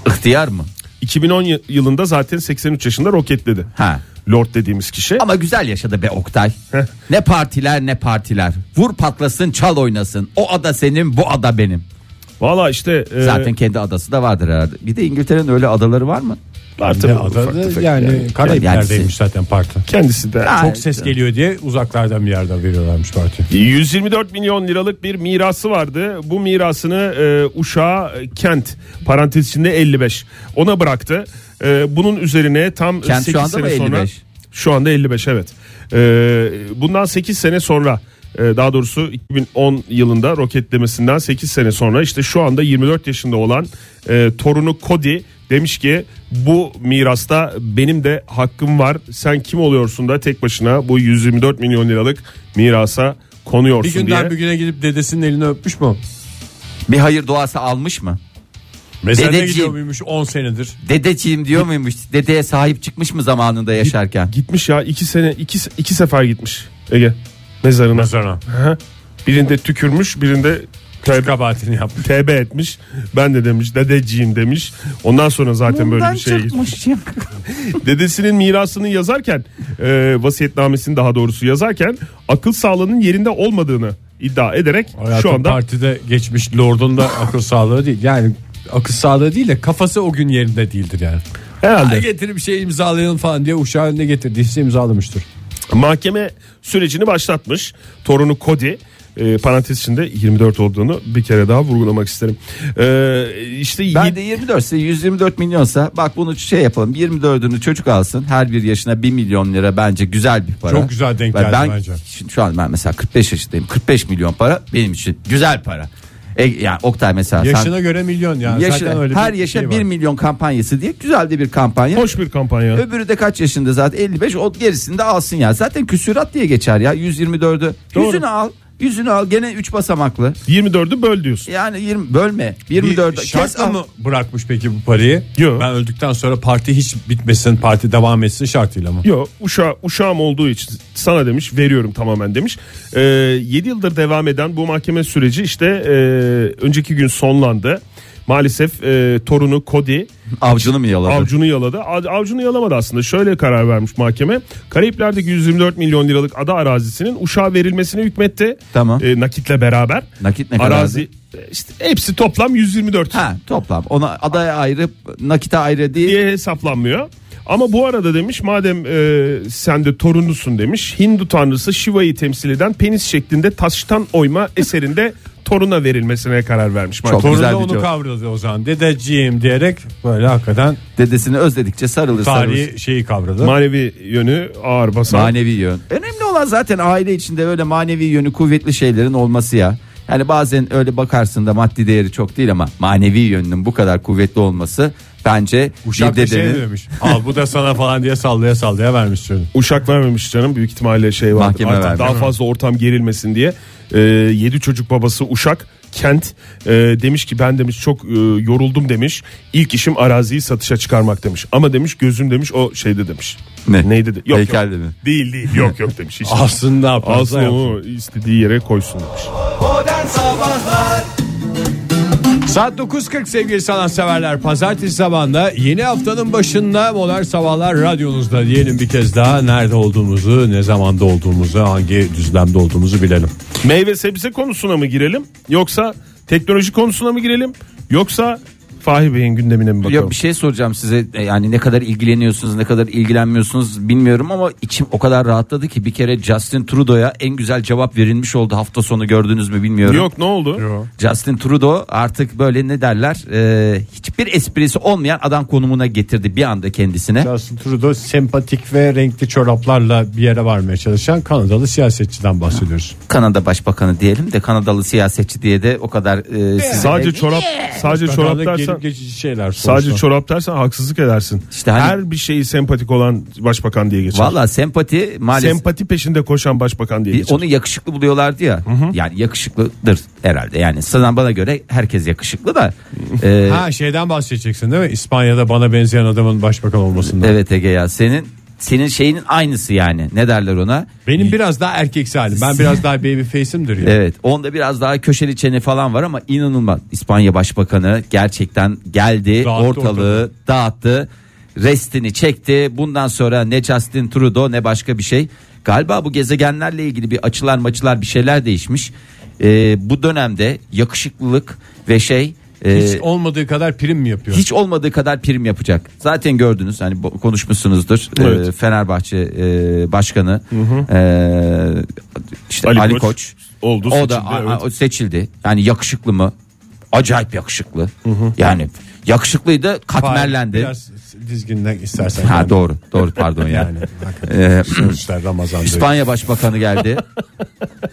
Speaker 6: ihtiyar mı?
Speaker 3: 2010 yılında zaten 83 yaşında roketledi.
Speaker 6: Ha.
Speaker 3: Lord dediğimiz kişi.
Speaker 6: Ama güzel yaşadı be Oktay. ne partiler ne partiler. Vur patlasın çal oynasın. O ada senin bu ada benim.
Speaker 3: Valla işte
Speaker 2: Ee,
Speaker 3: e,
Speaker 6: Zaten kendi adası da vardır herhalde. Bir de İngiltere'nin öyle adaları var mı?
Speaker 3: var tabii
Speaker 2: Ne
Speaker 3: ufak
Speaker 2: adadı
Speaker 3: tefek
Speaker 2: yani,
Speaker 6: yani-
Speaker 2: Karayiplerdeymiş zaten parti.
Speaker 3: Kendisi de.
Speaker 6: Ha.
Speaker 2: Çok ses geliyor diye uzaklardan bir yerden veriyorlarmış parti.
Speaker 3: 124 milyon liralık bir mirası vardı. Bu mirasını e, uşağı e, Kent parantez içinde 55 ona bıraktı. E, bunun üzerine tam
Speaker 6: Kent şu
Speaker 3: 8
Speaker 6: anda
Speaker 3: sene
Speaker 6: mı
Speaker 3: sonra
Speaker 6: 55?
Speaker 3: şu anda 55 evet. E, bundan 8 sene sonra e, daha doğrusu 2010 yılında roketlemesinden 8 sene sonra işte şu anda 24 yaşında olan e, torunu Cody demiş ki bu mirasta benim de hakkım var. Sen kim oluyorsun da tek başına bu 124 milyon liralık mirasa konuyorsun
Speaker 2: Bir günden
Speaker 3: diye.
Speaker 2: bir güne gidip dedesinin elini öpmüş mü?
Speaker 6: Bir hayır duası almış mı?
Speaker 2: Mezarına
Speaker 6: Dedeciğim.
Speaker 2: gidiyor muymuş 10 senedir?
Speaker 6: Dedeciğim diyor muymuş? Dedeye sahip çıkmış mı zamanında yaşarken?
Speaker 3: Gitmiş ya iki sene iki, iki sefer gitmiş Ege mezarına.
Speaker 2: Mezarına.
Speaker 3: Hı. birinde tükürmüş birinde
Speaker 2: Küçük kabahatini yapmış.
Speaker 3: TB etmiş. Ben de demiş dedeciğim demiş. Ondan sonra zaten böyle bir şeye gitmiş. Dedesinin mirasını yazarken e, vasiyetnamesini daha doğrusu yazarken akıl sağlığının yerinde olmadığını iddia ederek
Speaker 2: Hayatım
Speaker 3: şu anda
Speaker 2: partide geçmiş lordun da akıl sağlığı değil. Yani akıl sağlığı değil de kafası o gün yerinde değildir yani.
Speaker 3: herhalde
Speaker 2: Hadi getirip şey imzalayalım falan diye uşağı önüne getirdiyse imzalamıştır.
Speaker 3: mahkeme sürecini başlatmış. Torunu Cody e, parantez içinde 24 olduğunu bir kere daha vurgulamak isterim. E, işte
Speaker 6: Ben de 24 ise 124 milyonsa bak bunu şey yapalım 24'ünü çocuk alsın her bir yaşına 1 milyon lira bence güzel bir para.
Speaker 2: Çok güzel denk
Speaker 6: Ve
Speaker 2: geldi
Speaker 6: ben,
Speaker 2: bence.
Speaker 6: Şimdi şu an ben mesela 45 yaşındayım 45 milyon para benim için güzel para. E, yani Oktay mesela sen-
Speaker 2: Yaşına göre milyon yani.
Speaker 6: yaşına-
Speaker 2: Zaten öyle
Speaker 6: her
Speaker 2: bir
Speaker 6: yaşa
Speaker 2: şey
Speaker 6: 1
Speaker 2: var.
Speaker 6: milyon kampanyası diye güzel de bir kampanya.
Speaker 3: hoş bir kampanya.
Speaker 6: Öbürü de kaç yaşında zaten 55 o gerisini de alsın ya. Zaten küsürat diye geçer ya 124'ü.
Speaker 3: Doğru.
Speaker 6: Yüzünü al. Yüzünü al gene 3 basamaklı.
Speaker 3: 24'ü böl diyorsun.
Speaker 6: Yani 20 bölme.
Speaker 2: Bir
Speaker 6: 24 kes
Speaker 2: şartla
Speaker 6: al.
Speaker 2: mı bırakmış peki bu parayı?
Speaker 3: Yok.
Speaker 2: Ben öldükten sonra parti hiç bitmesin, parti devam etsin şartıyla mı?
Speaker 3: Yo uşa, uşağım olduğu için sana demiş veriyorum tamamen demiş. 7 yıldır devam eden bu mahkeme süreci işte e, önceki gün sonlandı. Maalesef e, torunu Cody
Speaker 6: Avcını mı yaladı?
Speaker 3: avcunu yaladı. Av- Avcunu yalamadı aslında şöyle karar vermiş mahkeme. Karayipler'deki 124 milyon liralık ada arazisinin uşağa verilmesine hükmetti.
Speaker 6: Tamam.
Speaker 3: E, nakitle beraber.
Speaker 6: Nakit ne kadardı?
Speaker 3: Arazi e, işte hepsi toplam 124.
Speaker 6: Ha toplam. Ona adaya ayrı, nakite ayrı değil.
Speaker 3: diye hesaplanmıyor. Ama bu arada demiş madem e, sen de torunusun demiş Hindu tanrısı Shiva'yı temsil eden penis şeklinde taştan oyma eserinde toruna verilmesine karar vermiş.
Speaker 6: Çok
Speaker 3: Torun-
Speaker 6: güzel
Speaker 2: Torunda
Speaker 6: bir
Speaker 2: onu
Speaker 6: cevap.
Speaker 2: kavradı o zaman. Dedeciğim diyerek böyle hakikaten
Speaker 6: Dedesini özledikçe sarılır sarılır.
Speaker 2: tarihi şeyi kavradı.
Speaker 3: Manevi yönü ağır basar.
Speaker 6: Manevi yön. Önemli olan zaten aile içinde öyle manevi yönü kuvvetli şeylerin olması ya. Yani bazen öyle bakarsın da maddi değeri çok değil ama manevi yönünün bu kadar kuvvetli olması bence
Speaker 2: Uşak
Speaker 6: bir
Speaker 2: da şey
Speaker 6: dedenin
Speaker 2: demiş. Al bu da sana falan diye sallaya sallaya vermiş sözünü.
Speaker 3: Uşak vermemiş canım büyük ihtimalle şey var. Artık
Speaker 6: Mahkeme verdi.
Speaker 3: daha fazla ortam gerilmesin diye. E, 7 çocuk babası Uşak Kent e, demiş ki ben demiş çok e, yoruldum demiş. İlk işim araziyi satışa çıkarmak demiş. Ama demiş gözüm demiş o şeyde demiş.
Speaker 6: Ne?
Speaker 3: Neydi? De? Yok,
Speaker 6: Heykelde
Speaker 3: yok.
Speaker 6: mi?
Speaker 3: Değil değil yok yok demiş. Hiç
Speaker 2: Aslında yaparsa
Speaker 3: Aslında
Speaker 2: yap.
Speaker 3: onu istediği yere koysun demiş.
Speaker 1: Modern Sabahlar
Speaker 2: Saat 9.40 sevgili sanatseverler. Pazartesi sabahında yeni haftanın başında Modern Sabahlar radyonuzda diyelim bir kez daha. Nerede olduğumuzu, ne zamanda olduğumuzu, hangi düzlemde olduğumuzu bilelim.
Speaker 3: Meyve sebze konusuna mı girelim yoksa teknoloji konusuna mı girelim yoksa Fahri Bey'in gündemine mi bakalım?
Speaker 6: Ya bir şey soracağım size E, yani ne kadar ilgileniyorsunuz ne kadar ilgilenmiyorsunuz bilmiyorum ama içim o kadar rahatladı ki bir kere Justin Trudeau'ya en güzel cevap verilmiş oldu hafta sonu gördünüz mü bilmiyorum.
Speaker 3: Yok ne oldu?
Speaker 6: Justin Trudeau artık böyle ne derler e, hiçbir esprisi olmayan adam konumuna getirdi bir anda kendisine.
Speaker 2: Justin Trudeau sempatik ve renkli çoraplarla bir yere varmaya çalışan Kanadalı siyasetçiden bahsediyoruz.
Speaker 6: Kanada Başbakanı diyelim de Kanadalı siyasetçi diye de o kadar e, size-
Speaker 3: Sadece çorap sadece çorap
Speaker 2: Kanadalı
Speaker 3: dersen
Speaker 2: gelip geçici şeyler sonuçta.
Speaker 3: sadece çorap dersen haksızlık edersin.
Speaker 6: İşte hani-
Speaker 3: Her bir şeyi sempatik olan başbakan diye geçer.
Speaker 6: Valla sempati maalesef
Speaker 3: Sempati peşinde koşan başbakan diye
Speaker 6: Bir-
Speaker 3: geçer.
Speaker 6: onu yakışıklı buluyorlardı ya. Yani yakışıklıdır herhalde. Yani sana bana göre herkes yakışıklı da. e,
Speaker 2: Ha şeyden bahsedeceksin değil mi? İspanya'da bana benzeyen adamın başbakan olmasından.
Speaker 6: Evet Ege ya senin senin şeyinin aynısı yani. Ne derler ona?
Speaker 2: Benim biraz daha erkeksi halim. Ben biraz daha baby face'imdir ya.
Speaker 6: Evet. Onda biraz daha köşeli çene falan var ama inanılmaz. İspanya Başbakanı gerçekten geldi,
Speaker 2: Dağıttı
Speaker 6: ortalığı dağıttı. Restini çekti. Bundan sonra ne Justin Trudeau ne başka bir şey. Galiba bu gezegenlerle ilgili bir açılar maçılar bir şeyler değişmiş. Ee, bu dönemde yakışıklılık ve şey e,
Speaker 2: Hiç olmadığı kadar prim mi yapıyor?
Speaker 6: hiç olmadığı kadar prim yapacak. Zaten gördünüz hani bo- konuşmuşsunuzdur.
Speaker 3: Evet.
Speaker 6: Ee, Fenerbahçe e, başkanı e, işte Ali,
Speaker 3: Ali
Speaker 6: Koç,
Speaker 3: Koç oldu,
Speaker 6: o
Speaker 3: seçildi,
Speaker 6: da a- a-
Speaker 3: evet.
Speaker 6: o seçildi. Yani yakışıklı mı? Acayip yakışıklı. Yani yakışıklıydı katmerlendi.
Speaker 2: Biraz dizginle istersen.
Speaker 6: Ha doğru. Doğru pardon ya.
Speaker 2: Yani hakikaten
Speaker 6: Ee,
Speaker 2: sonuçlar Ramazan'da.
Speaker 6: İspanya Başbakanı geldi.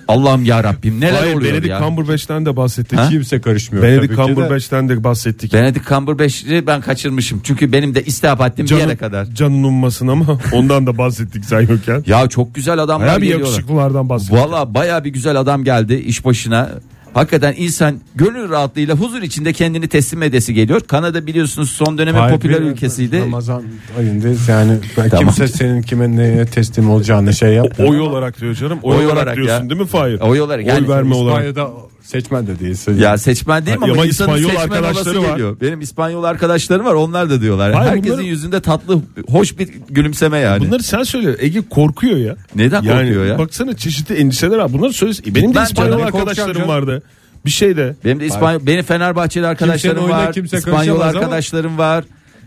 Speaker 6: Allah'ım ya Rabbim neler
Speaker 3: Hayır
Speaker 6: oluyor
Speaker 3: Benedict
Speaker 6: ya.
Speaker 3: Cumberbatch'ten de bahsettik.
Speaker 6: Ha?
Speaker 7: Kimse karışmıyor. tabii
Speaker 3: Benedict
Speaker 7: ki de.
Speaker 3: Cumberbatch'ten de bahsettik.
Speaker 6: Benedict Cumberbatch'i ben kaçırmışım. Çünkü benim de istihabattim bir yere kadar.
Speaker 3: Canın ummasın ama ondan da bahsettik sen yokken.
Speaker 6: Ya çok güzel adamlar
Speaker 3: Bayağı bir
Speaker 6: geliyorlar.
Speaker 3: yakışıklılardan bahsettik.
Speaker 6: Valla baya bir güzel adam geldi iş başına. Hakikaten insan gönül rahatlığıyla huzur içinde kendini teslim edesi geliyor. Kanada biliyorsunuz son dönemin
Speaker 2: Hayır,
Speaker 6: popüler
Speaker 2: bir-
Speaker 6: ülkesiydi.
Speaker 2: Ramazan ayındayız yani ben
Speaker 6: Tamam.
Speaker 2: kimse senin kime neye teslim olacağını şey yapmıyor.
Speaker 3: Oy olarak diyor canım. Oy,
Speaker 6: Oy
Speaker 3: olarak,
Speaker 6: olarak
Speaker 3: diyorsun
Speaker 6: ya.
Speaker 3: değil mi Fahir?
Speaker 6: Oy olarak yani-
Speaker 3: Oy verme olarak.
Speaker 2: İspanya'da seçmen de değilsin.
Speaker 6: Ya seçmen değil mi ama,
Speaker 3: Ama
Speaker 6: insanın
Speaker 3: İspanyol
Speaker 6: seçmen
Speaker 3: arkadaşları
Speaker 6: havası
Speaker 3: var.
Speaker 6: geliyor. Benim İspanyol arkadaşlarım var onlar da diyorlar.
Speaker 3: Hayır,
Speaker 6: Herkesin
Speaker 3: bunları-
Speaker 6: yüzünde tatlı hoş bir gülümseme yani.
Speaker 3: Bunları sen söyle. Ege korkuyor ya.
Speaker 6: Neden
Speaker 3: yani,
Speaker 6: korkuyor ya?
Speaker 3: Baksana çeşitli endişeler var. Bunları söyle. E, Benim de
Speaker 6: Ben
Speaker 3: İspanyol
Speaker 6: canım,
Speaker 3: arkadaşlarım
Speaker 2: korkacağım
Speaker 3: vardı. Bir şey de.
Speaker 6: Benim de İspanyol, benim Fenerbahçeli arkadaşlarım
Speaker 2: oyuna
Speaker 6: var.
Speaker 2: kimse
Speaker 6: İspanyol
Speaker 2: karışamaz ama-
Speaker 6: arkadaşlarım var.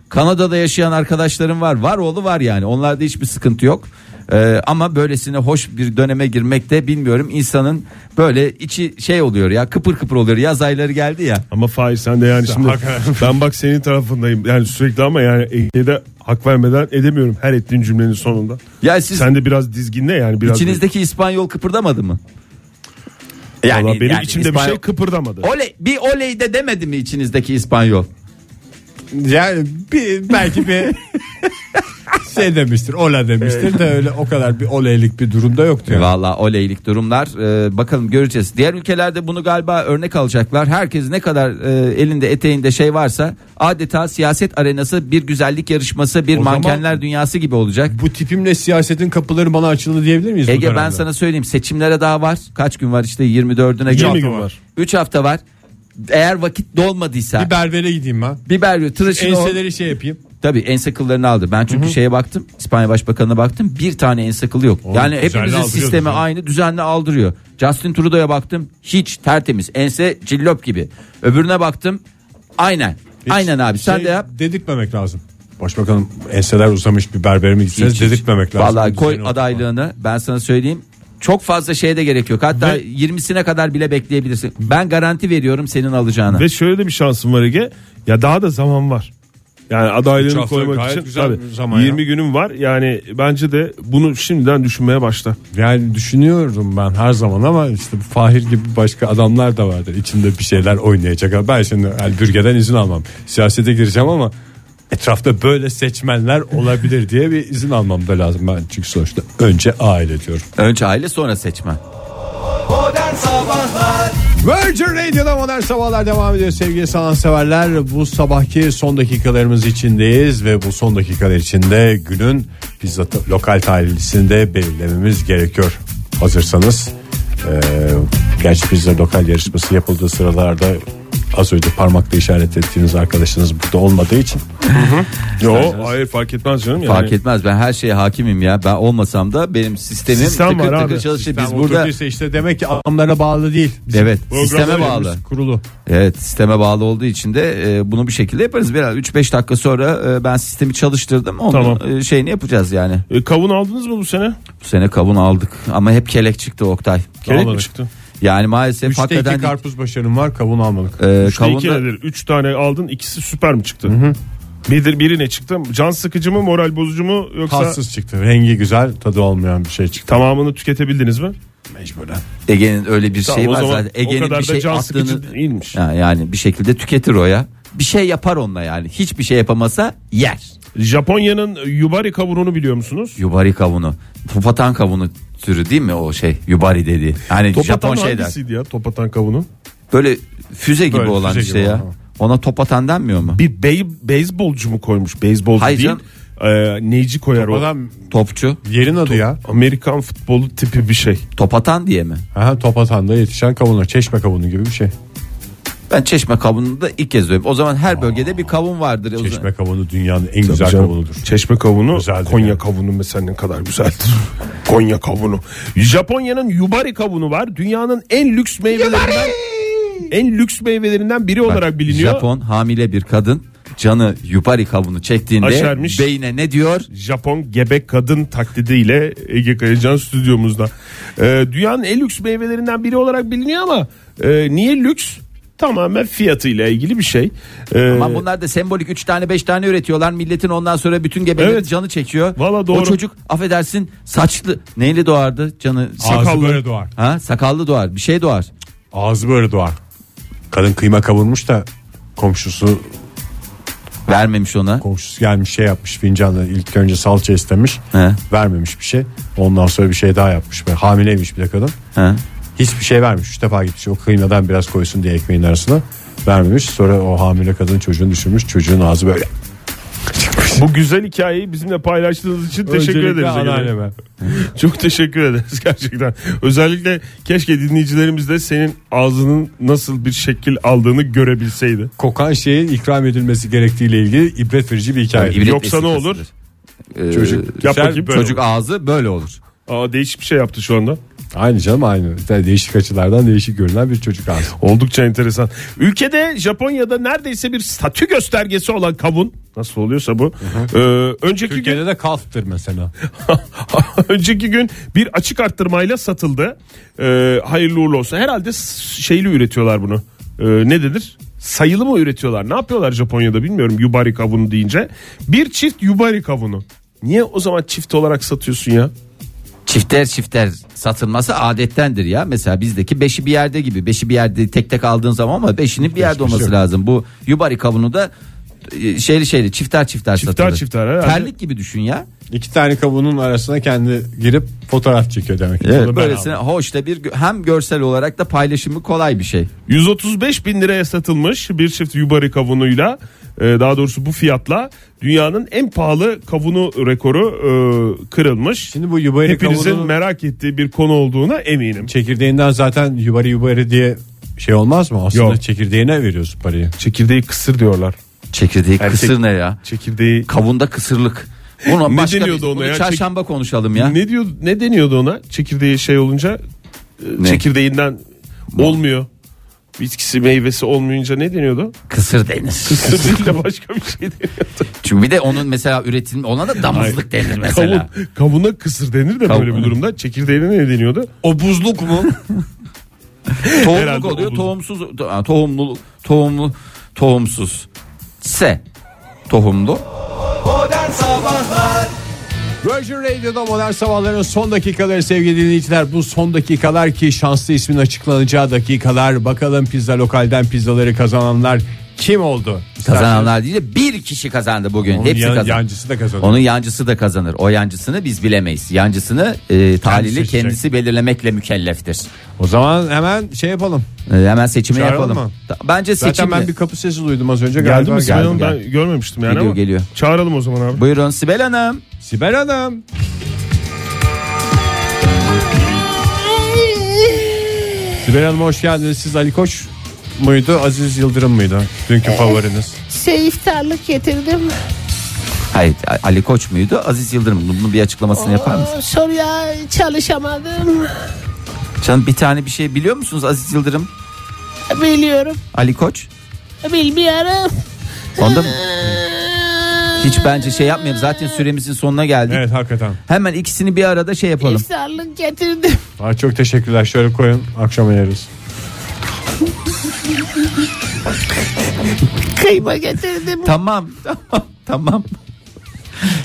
Speaker 6: Kanada'da yaşayan arkadaşlarım var. Var oğlu var yani. Onlarda hiçbir sıkıntı yok. Ee, ama böylesine hoş bir döneme girmek de bilmiyorum insanın böyle içi şey oluyor ya kıpır kıpır oluyor yaz ayları geldi ya
Speaker 3: Ama Fahir sen de yani şimdi ben bak senin tarafındayım. Yani sürekli ama yani Ege'de hak vermeden edemiyorum her ettiğin cümlenin sonunda.
Speaker 6: ya siz
Speaker 3: Sen de biraz dizginle yani biraz.
Speaker 6: içinizdeki İspanyol kıpırdamadı mı?
Speaker 3: Vallahi benim
Speaker 6: yani
Speaker 3: içimde bir
Speaker 6: İspanyol-
Speaker 3: şey kıpırdamadı.
Speaker 6: Oley, bir oley de demedi mi içinizdeki İspanyol?
Speaker 2: Yani bir, belki bir şey demiştir ola demiştir de öyle o kadar bir oleylik bir durumda yoktu. Yani.
Speaker 6: Valla oleylik durumlar Ee, bakalım göreceğiz. Diğer ülkelerde bunu galiba örnek alacaklar. Herkes ne kadar e, elinde eteğinde şey varsa adeta siyaset arenası bir güzellik yarışması bir
Speaker 2: O zaman-
Speaker 6: mankenler dünyası gibi olacak.
Speaker 2: Bu tipimle siyasetin kapıları bana açıldı diyebilir miyiz? bu
Speaker 6: Ege ben
Speaker 2: dönemde?
Speaker 6: sana söyleyeyim seçimlere daha var. Kaç gün var işte 24'üne
Speaker 3: Yirmi gün var.
Speaker 6: 3 hafta var. Eğer vakit dolmadıysa
Speaker 2: Bir berbere gideyim ben.
Speaker 6: biber tıraşını ol.
Speaker 2: Enseleri şey yapayım.
Speaker 6: Tabii ense kıllarını aldı. Ben çünkü şeye baktım. İspanya Başbakanı'na baktım. Bir tane ense kılı yok. yani
Speaker 2: düzenli
Speaker 6: hepimizin
Speaker 2: aldırıyor
Speaker 6: sistemi
Speaker 2: düzenli.
Speaker 6: aynı. Düzenli aldırıyor. Justin Trudeau'ya baktım. Hiç tertemiz. Ense cillop gibi. Öbürüne baktım. Aynen. Aynen abi sen
Speaker 2: Şey,
Speaker 6: de yap.
Speaker 2: Dedirtmemek lazım. Başbakanım enseler uzamış bir berbere mi gitseniz
Speaker 6: Hiç, hiç.
Speaker 2: dedirtmemek lazım.
Speaker 6: Vallahi koy
Speaker 2: Düzeni
Speaker 6: adaylığını ben sana söyleyeyim. Çok fazla şeye de gerek yok. Hatta 20'sine kadar bile bekleyebilirsin. Ben garanti veriyorum senin alacağına.
Speaker 3: Ve şöyle de bir şansım var Ege. Ya daha da zaman var. Yani
Speaker 2: Üç
Speaker 3: adaylığını
Speaker 2: hafta
Speaker 3: koymak
Speaker 2: gayet
Speaker 3: için
Speaker 2: güzel
Speaker 3: tabii,
Speaker 2: bir zaman ya.
Speaker 3: 20 günüm var. Yani bence de bunu şimdiden düşünmeye başla.
Speaker 2: Yani düşünüyorum ben her zaman ama işte bu Fahir gibi başka adamlar da vardır. İçinde bir şeyler oynayacak. Ben şimdi Elbürge'den izin almam. Siyasete gireceğim ama etrafta böyle seçmenler olabilir diye bir izin almam da lazım. Ben çünkü sonuçta önce aile diyorum.
Speaker 6: Önce aile sonra seçmen.
Speaker 1: Modern Sabahlar
Speaker 2: Virgin Radio'da modern sabahlar devam ediyor sevgili sanatseverler. Bu sabahki son dakikalarımız içindeyiz ve bu son dakikalar içinde günün pizza ta- lokal tarihlisini de belirlememiz gerekiyor. Hazırsanız eee gerçi pizza lokal yarışması yapıldığı sıralarda az önce parmakla işaret ettiğiniz arkadaşınız burada olmadığı için
Speaker 3: Yo hayır fark etmez canım. Yani.
Speaker 6: Fark etmez ben her şeye hakimim ya. Ben olmasam da benim sistemim
Speaker 3: Sistem şey
Speaker 6: tıkır
Speaker 3: var
Speaker 6: tıkır
Speaker 3: abi.
Speaker 6: çalışıyor. Biz
Speaker 2: Sistem
Speaker 6: burada
Speaker 2: oturduysa işte demek ki adamlara bağlı değil. Bizim
Speaker 6: Evet sisteme
Speaker 2: programlarımız
Speaker 6: bağlı.
Speaker 2: Kurulu.
Speaker 6: Evet sisteme bağlı olduğu için de e, bunu bir şekilde yaparız. Biraz 3-5 dakika sonra e, ben sistemi çalıştırdım. Onun
Speaker 3: Tamam.
Speaker 6: e, şeyini yapacağız yani.
Speaker 3: E, kavun aldınız mı bu sene?
Speaker 6: Bu sene kavun aldık ama hep kelek çıktı Oktay.
Speaker 3: Kelek mi
Speaker 2: Alırız.
Speaker 3: çıktı?
Speaker 6: Yani maalesef
Speaker 2: Üçte iki
Speaker 6: hakikaten
Speaker 2: karpuz başarım var kavun almadık.
Speaker 6: e,
Speaker 3: Üçte iki
Speaker 6: kavunda
Speaker 3: nedir? Üç tane aldın ikisi süper mi çıktı? Birdir, biri ne çıktı? Can sıkıcı mı moral bozucu mu yoksa
Speaker 2: Tatsız çıktı. Rengi güzel, tadı olmayan bir şey çıktı.
Speaker 3: tamamını tüketebildiniz mi?
Speaker 2: Mecburen.
Speaker 6: Ege'nin öyle bir
Speaker 3: Tamam,
Speaker 6: şeyi
Speaker 3: o
Speaker 6: şey var
Speaker 3: zaman
Speaker 6: zaten.
Speaker 3: o
Speaker 6: Ege'nin
Speaker 3: kadar da
Speaker 6: bir şey
Speaker 3: can sıkıcı
Speaker 6: attığını
Speaker 3: değilmiş.
Speaker 6: Ha, yani bir şekilde tüketir o ya. Bir şey yapar onunla yani. Hiçbir şey yapamasa yer.
Speaker 3: Japonya'nın yubari kavununu biliyor musunuz?
Speaker 6: Yubari kavunu. Tufatan kavunu türü değil mi o şey? Yubari dediği. Hani Japon
Speaker 3: Topatan
Speaker 6: şeyler.
Speaker 3: hangisiydi ya topatan kavunu?
Speaker 6: Böyle füze gibi
Speaker 2: Böyle
Speaker 6: olan
Speaker 2: füze
Speaker 6: işte
Speaker 2: gibi
Speaker 6: ya.
Speaker 2: olan.
Speaker 6: Ona topatan denmiyor mu?
Speaker 3: Bir bey, beyzbolcu mu koymuş? Beyzbolcu
Speaker 6: Hayır
Speaker 3: değil.
Speaker 6: canım.
Speaker 3: Ee, neyci koyar o?
Speaker 2: Adam
Speaker 6: Topçu.
Speaker 2: yerin adı ya.
Speaker 3: Amerikan futbolu tipi bir şey.
Speaker 6: Topatan diye mi?
Speaker 2: Aha, top atanda yetişen kavunu. Çeşme kavunu gibi bir şey.
Speaker 6: Ben çeşme kavununu da ilk kez duydum. O zaman her bölgede bir kavun vardır. O zaman-
Speaker 2: Çeşme kavunu dünyanın en güzel
Speaker 3: Canım,
Speaker 2: kavunudur.
Speaker 3: Çeşme kavunu,
Speaker 2: Güzeldir
Speaker 3: Konya
Speaker 2: yani.
Speaker 3: kavunu mesela ne kadar güzeldir. Konya kavunu. Japonya'nın yubari kavunu var. Dünyanın en lüks meyvelerinden en lüks meyvelerinden biri olarak biliniyor. Japon.
Speaker 6: Japon hamile bir kadın canı yubari kavunu çektiğinde
Speaker 3: Aşermiş.
Speaker 6: beyine ne diyor?
Speaker 3: gebek kadın taklidiyle Ege Kayacan stüdyomuzda. Ee, dünyanın en lüks meyvelerinden biri olarak biliniyor ama e, niye lüks? tamamen fiyatıyla ilgili bir şey. Ee,
Speaker 6: Ama bunlar da sembolik 3 tane 5 tane üretiyorlar. Milletin ondan sonra bütün gebelerin
Speaker 3: Evet.
Speaker 6: canı çekiyor.
Speaker 3: Valla doğru.
Speaker 6: O çocuk affedersin saçlı neyle doğardı canı?
Speaker 2: Ağzı böyle doğar.
Speaker 6: Ha sakallı doğar. Bir şey doğar.
Speaker 2: Ağzı böyle doğar. Kadın kıyma kavurmuş da komşusu
Speaker 6: Vermemiş ona.
Speaker 2: komşusu gelmiş şey yapmış fincanla ilk önce salça istemiş.
Speaker 6: He.
Speaker 2: Vermemiş bir şey. Ondan sonra bir şey daha yapmış. Böyle hamileymiş bir de kadın.
Speaker 6: Ha.
Speaker 2: Hiçbir şey vermiş. Üç defa gitmiş. O kıymadan biraz koysun diye ekmeğin arasına vermemiş. Sonra o hamile kadın çocuğunu düşürmüş. Çocuğun ağzı böyle.
Speaker 3: bu güzel hikayeyi bizimle paylaştığınız için teşekkür
Speaker 2: Öncelikle
Speaker 3: ederiz. Ege Bey.
Speaker 2: anneanneme.
Speaker 3: Çok teşekkür ederiz gerçekten. Özellikle keşke dinleyicilerimiz de senin ağzının nasıl bir şekil aldığını görebilseydi.
Speaker 2: Kokan şeyin ikram edilmesi gerektiğiyle ilgili ibret verici bir hikaye.
Speaker 6: Yani ibret
Speaker 3: Yoksa ne olur?
Speaker 6: vesikasıdır. Ee,
Speaker 2: Çocuk-
Speaker 3: Yap
Speaker 6: düşer,
Speaker 3: bakayım böyle
Speaker 6: çocuk ağzı böyle olur.
Speaker 3: Aa değişik bir şey yaptı şu anda.
Speaker 2: Aynı canım aynı. Yani değişik açılardan değişik görünen bir çocuk ağzı.
Speaker 3: Oldukça enteresan. Ülkede Japonya'da neredeyse bir statü göstergesi olan kavun nasıl oluyorsa bu. Ee, önceki gün
Speaker 2: Türkiye'de de kalftır mesela.
Speaker 3: önceki gün bir açık arttırmayla satıldı. Ee, hayırlı uğurlu olsun. Herhalde s- şeyli üretiyorlar bunu. Ee, ne denir? Sayılı mı üretiyorlar? Ne yapıyorlar Japonya'da bilmiyorum yubari kavunu deyince. Bir çift yubari kavunu. Niye o zaman çift olarak satıyorsun ya?
Speaker 6: Çifter çifter satılması adettendir ya. Mesela bizdeki beşi bir yerde gibi. Beşi bir yerde tek tek aldığın zaman ama beşinin bir
Speaker 3: şey
Speaker 6: yerde olması lazım. Bu yubari kavunu da e, şeyli şeyli çifter çifter,
Speaker 3: Çifter
Speaker 6: satılır.
Speaker 3: çifter herhalde.
Speaker 6: Terlik gibi düşün ya.
Speaker 2: İki tane kabuğunun arasına kendi girip fotoğraf çekiyor demek. ki. Bunu ben
Speaker 6: Böylesine
Speaker 2: aldım.
Speaker 6: hoş da bir gö- hem görsel olarak da paylaşımı kolay bir şey.
Speaker 3: 135 bin liraya satılmış bir çift yubari kavunuyla e, daha doğrusu bu fiyatla dünyanın en pahalı kavunu rekoru e, kırılmış.
Speaker 2: Şimdi bu yubari
Speaker 3: Hepinizin
Speaker 2: kabuğunun
Speaker 3: merak ettiği bir konu olduğuna eminim.
Speaker 2: çekirdeğinden zaten yubari yubari diye şey olmaz mı? Aslında
Speaker 3: Yok.
Speaker 2: çekirdeğine veriyorsun parayı.
Speaker 3: Çekirdeği kısır diyorlar.
Speaker 6: Çekirdeği
Speaker 3: Erkek-
Speaker 6: kısır ne ya?
Speaker 3: Çekirdeği
Speaker 6: Kavunda kısırlık. Bunu
Speaker 3: Ne
Speaker 6: başka
Speaker 3: deniyordu
Speaker 6: bir-
Speaker 3: ona
Speaker 6: bunu
Speaker 3: ya?
Speaker 6: çarşamba konuşalım ya.
Speaker 3: Ne diyor ne deniyordu ona? Çekirdeği şey olunca e,
Speaker 6: Ne?
Speaker 3: çekirdeğinden olmuyor. Bitkisi meyvesi olmayınca ne deniyordu?
Speaker 6: Kısır denir.
Speaker 3: Sırtıyla başka bir şey deniyordu.
Speaker 6: Çünkü bir de onun mesela üretim ona da damızlık denir mesela.
Speaker 3: Kavun, kavuna kısır denir de böyle bir
Speaker 6: Kavun.
Speaker 3: durumda. Çekirdeğine ne deniyordu?
Speaker 2: Obuzluk mu?
Speaker 6: Tohumluk
Speaker 3: Herhalde
Speaker 6: oluyor.
Speaker 3: obuz.
Speaker 6: Tohumsuz to- tohumlu tohumlu tohumsuz. Se tohumlu.
Speaker 1: Modern Sabahlar
Speaker 2: Virgin Radio'da modern sabahların son dakikaları sevgili dinleyiciler. Bu son dakikalar ki şanslı ismin açıklanacağı dakikalar. Bakalım pizza lokalden pizzaları kazananlar kim oldu?
Speaker 6: Kazananlar değil de bir kişi kazandı bugün.
Speaker 2: Onun
Speaker 6: Hepsi
Speaker 2: yan-
Speaker 6: kazandı.
Speaker 2: yancısı da kazandı.
Speaker 6: Onun yancısı da kazanır. O yancısını biz bilemeyiz. Yancısını e, talili
Speaker 2: seçecek.
Speaker 6: kendisi belirlemekle mükelleftir.
Speaker 2: O zaman hemen şey yapalım.
Speaker 6: E, hemen seçimi
Speaker 2: Çağıralım
Speaker 6: yapalım.
Speaker 2: mı?
Speaker 6: Ta- Bence
Speaker 2: Zaten
Speaker 6: seçimle.
Speaker 2: ben bir kapı sesi duydum az önce.
Speaker 3: Geldi
Speaker 2: Galiba
Speaker 3: mi?
Speaker 2: geldi.
Speaker 3: Ben onu
Speaker 6: geldi.
Speaker 3: ben görmemiştim yani
Speaker 6: Geliyor,
Speaker 3: ama.
Speaker 6: geliyor.
Speaker 3: Çağıralım o zaman abi.
Speaker 6: Buyurun Sibel Hanım.
Speaker 2: Sibel Hanım. Sibel Hanım hoş geldiniz. Siz Ali Koç muydu? Aziz Yıldırım mıydı? Dünkü favoriniz.
Speaker 8: Şey iftarlık getirdim.
Speaker 6: Hayır Ali Koç muydu? Aziz Yıldırım. Bunun bir açıklamasını yapar mısın?
Speaker 8: Aa, Soruya çalışamadım.
Speaker 6: Canım bir tane bir şey biliyor musunuz Aziz Yıldırım?
Speaker 8: Biliyorum.
Speaker 6: Ali Koç.
Speaker 8: Bilmiyorum.
Speaker 6: Onda mı? Hiç bence şey yapmayalım. Zaten süremizin sonuna geldik.
Speaker 2: Evet hakikaten.
Speaker 6: Hemen ikisini bir arada şey yapalım.
Speaker 8: İftarlık getirdim.
Speaker 2: Aa, çok teşekkürler. Şöyle koyun. Akşama yeriz.
Speaker 8: Kıyma getirdim.
Speaker 6: Tamam. Tamam. Tamam.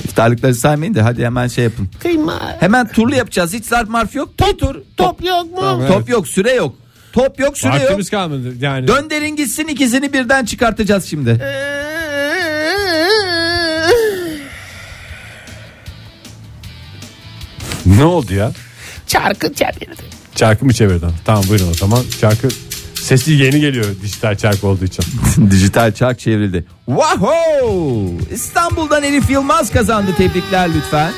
Speaker 6: İftarlıkları saymayın da hadi hemen şey yapın.
Speaker 8: Kıyma.
Speaker 6: Hemen turlu yapacağız. Hiç zarf marf yok. Bir tur.
Speaker 8: Top yok mu?
Speaker 6: Top yok, süre yok. Top yok, süre yok.
Speaker 2: Vaktimiz kalmadı. Yani
Speaker 6: Dönderin gitsin ikisini birden çıkartacağız şimdi.
Speaker 2: ne oldu ya?
Speaker 8: Çarkı çevirdim.
Speaker 2: Çarkı mı çevirdin? Tamam buyurun o zaman. Çarkı sesi yeni geliyor dijital çarkı olduğu için.
Speaker 6: Dijital çark çevrildi. Wow! İstanbul'dan Elif Yılmaz kazandı. Tebrikler lütfen.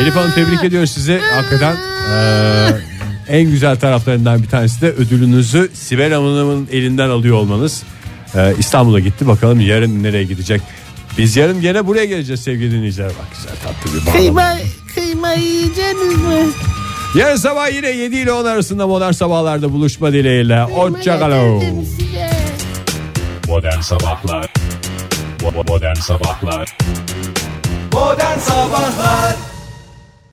Speaker 2: Elif Hanım tebrik ediyoruz sizi. Hakikaten eee, en güzel taraflarından bir tanesi de ödülünüzü Sibel Hanım'ın elinden alıyor olmanız. Eee, İstanbul'a gitti bakalım yarın nereye gidecek. Biz yarın gene buraya geleceğiz sevgili dinleyiciler. Bak güzel tatlı bir bağlama.
Speaker 8: Kıyma, kıyma yiyeceğiniz mi?
Speaker 2: Yarın sabah yine 7 ile 10 arasında modern sabahlarda buluşma dileğiyle. Hoşçakalın.
Speaker 8: Getirdim size.
Speaker 9: Modern Sabahlar Bo- Modern Sabahlar
Speaker 1: Modern Sabahlar